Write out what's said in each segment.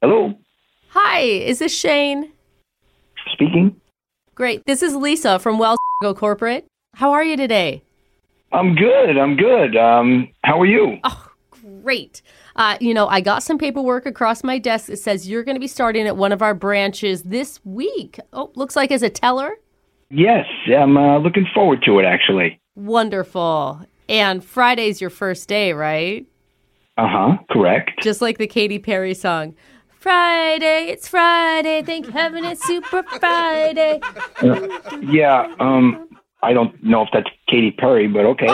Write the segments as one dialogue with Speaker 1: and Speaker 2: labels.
Speaker 1: Hello,
Speaker 2: Hi, is this Shane?
Speaker 1: speaking.
Speaker 2: Great. This is Lisa from Wells Fargo Corporate. How are you today?
Speaker 1: I'm good. I'm good. Um, how are you?
Speaker 2: Oh, great. Uh, you know, I got some paperwork across my desk that says you're going to be starting at one of our branches this week. Oh, looks like as a teller.
Speaker 1: Yes, I'm uh, looking forward to it. Actually.
Speaker 2: Wonderful. And Friday's your first day, right?
Speaker 1: Uh huh. Correct.
Speaker 2: Just like the Katy Perry song. Friday, it's Friday. Thank heaven it's Super Friday.
Speaker 1: Yeah. Um, I don't know if that's Katy Perry, but okay.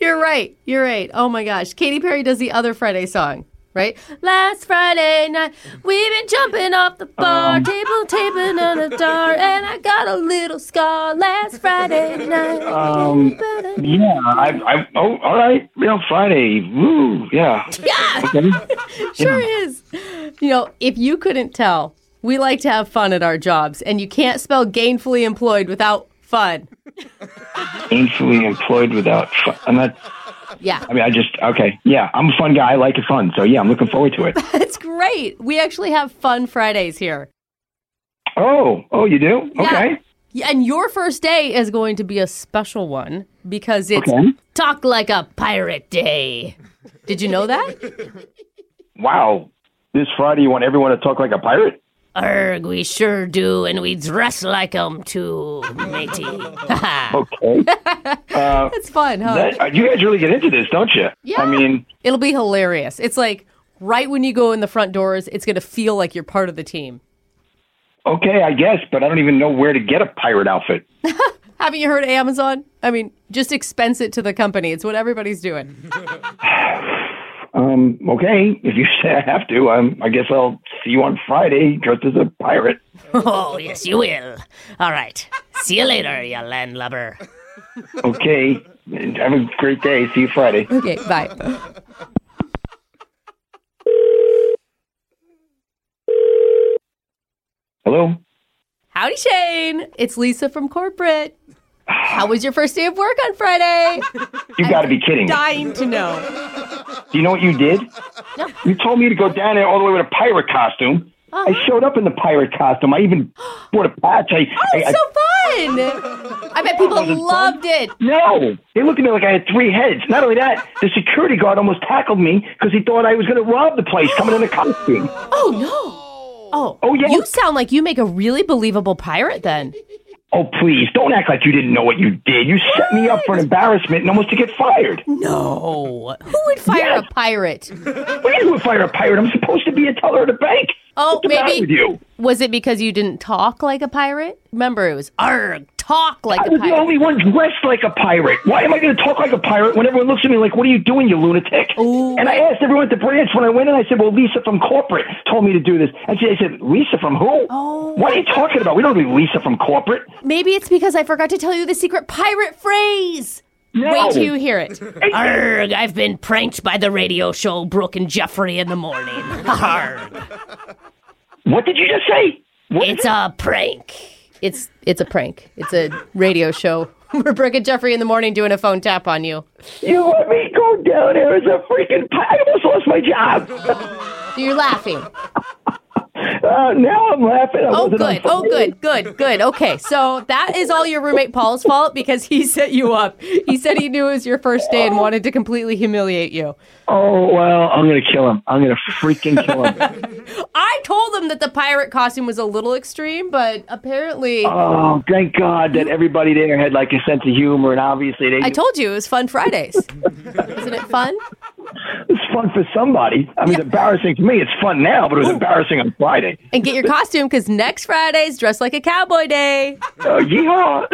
Speaker 2: You're right. You're right. Oh my gosh. Katy Perry does the other Friday song, right? Last Friday night, we've been jumping off the bar table, taping on the door, and I got a little scar last Friday night.
Speaker 1: Um, yeah. I, I. Oh, all right. You know, Friday. Woo. Yeah.
Speaker 2: yeah,
Speaker 1: Okay.
Speaker 2: sure is. You know, if you couldn't tell, we like to have fun at our jobs, and you can't spell gainfully employed without fun.
Speaker 1: Gainfully employed without. Fun. I'm not.
Speaker 2: Yeah.
Speaker 1: I mean, I just. Okay. Yeah. I'm a fun guy. I like it fun. So yeah, I'm looking forward to it.
Speaker 2: It's great. We actually have fun Fridays here.
Speaker 1: Oh. Oh, you do? Okay.
Speaker 2: Yeah. Yeah, and your first day is going to be a special one because it's
Speaker 1: Okay.
Speaker 2: Talk Like a Pirate Day. Did you know that?
Speaker 1: Wow. This Friday, you want everyone to talk like a pirate?
Speaker 2: Erg, we sure do, and we dress like 'em too, matey.
Speaker 1: Okay.
Speaker 2: That's fun, huh?
Speaker 1: That, uh, you guys really get into this, don't you?
Speaker 2: Yeah.
Speaker 1: I mean,
Speaker 2: It'll be hilarious. It's like right when you go in the front doors, it's going to feel like you're part of the team.
Speaker 1: okay, I guess, but I don't even know where to get a pirate outfit.
Speaker 2: Haven't you heard of Amazon? I mean, just expense it to the company. It's what everybody's doing.
Speaker 1: Um, okay, if you say I have to, um, I guess I'll see you on Friday dressed as a pirate.
Speaker 3: Oh, yes, you will. All right. See you later, you landlubber.
Speaker 1: Okay, have a great day. See you Friday.
Speaker 2: Okay, bye.
Speaker 1: Hello?
Speaker 2: Howdy, Shane. It's Lisa from corporate. How was your first day of work on Friday?
Speaker 1: You got to be kidding me.
Speaker 2: Dying to know.
Speaker 1: Do you know what you did? You told me to go down there all the way with a pirate costume. I
Speaker 2: Uh-huh.
Speaker 1: showed up in the pirate costume. I even wore a patch. I, I, I
Speaker 2: Oh, So fun. I bet people loved it.
Speaker 1: No, they looked at me like I had three heads. Not only that, the security guard almost tackled me because he thought I was going to rob the place coming in a costume.
Speaker 2: Oh, no. Oh,
Speaker 1: Oh, yeah.
Speaker 2: You sound like you make a really believable pirate then.
Speaker 1: Oh, please, don't act like you didn't know what you did. You set me up for an embarrassment and almost to get fired.
Speaker 2: No. Who would fire a pirate?
Speaker 1: What are you going to fire a pirate? I'm supposed to be a teller at a bank.
Speaker 2: Oh,
Speaker 1: What's the matter
Speaker 2: maybe-
Speaker 1: with you?
Speaker 2: Was it because you didn't talk like a pirate? Remember, it was arg, talk like
Speaker 1: I
Speaker 2: a
Speaker 1: was the
Speaker 2: pirate.
Speaker 1: only one dressed like a pirate. Why am I going to talk like a pirate when everyone looks at me like, what are you doing, you lunatic?
Speaker 2: Ooh.
Speaker 1: And I asked everyone at the branch when I went in, I said, well, Lisa from corporate told me to do this. And she I said, Lisa from who?
Speaker 2: Oh.
Speaker 1: What are you talking about? We don't need Lisa from corporate.
Speaker 2: Maybe it's because I forgot to tell you the secret pirate phrase. Wait till you hear it.
Speaker 3: Erg, I've been pranked by the radio show Brooke and Jeffrey in the morning. Arg.
Speaker 1: What did you just say? What
Speaker 3: It's a prank.
Speaker 2: It's it's a prank. It's a radio show. We're Brooke and Jeffrey in the morning doing a phone tap on you.
Speaker 1: you let me go down there as a freaking pirate? I almost lost my job.
Speaker 2: So you're laughing.
Speaker 1: Uh, now I'm laughing. I
Speaker 2: Oh
Speaker 1: wasn't on
Speaker 2: good. Oh
Speaker 1: fire.
Speaker 2: good. Good. Good. Okay. So that is all your roommate Paul's fault because he set you up. He said he knew it was your first day and wanted to completely humiliate you.
Speaker 1: Oh well, I'm gonna kill him. I'm gonna freaking kill him.
Speaker 2: I told him that the pirate costume was a little extreme, but apparently
Speaker 1: oh, thank God that everybody there had like a sense of humor, and obviously they.
Speaker 2: I told you it was fun Fridays. Isn't it fun?
Speaker 1: it's fun for somebody. I mean, it's embarrassing for me. It's fun now, but it was embarrassing on Friday.
Speaker 2: And get your costume because next Friday's dressed like a cowboy day.
Speaker 1: Oh, yeehaw!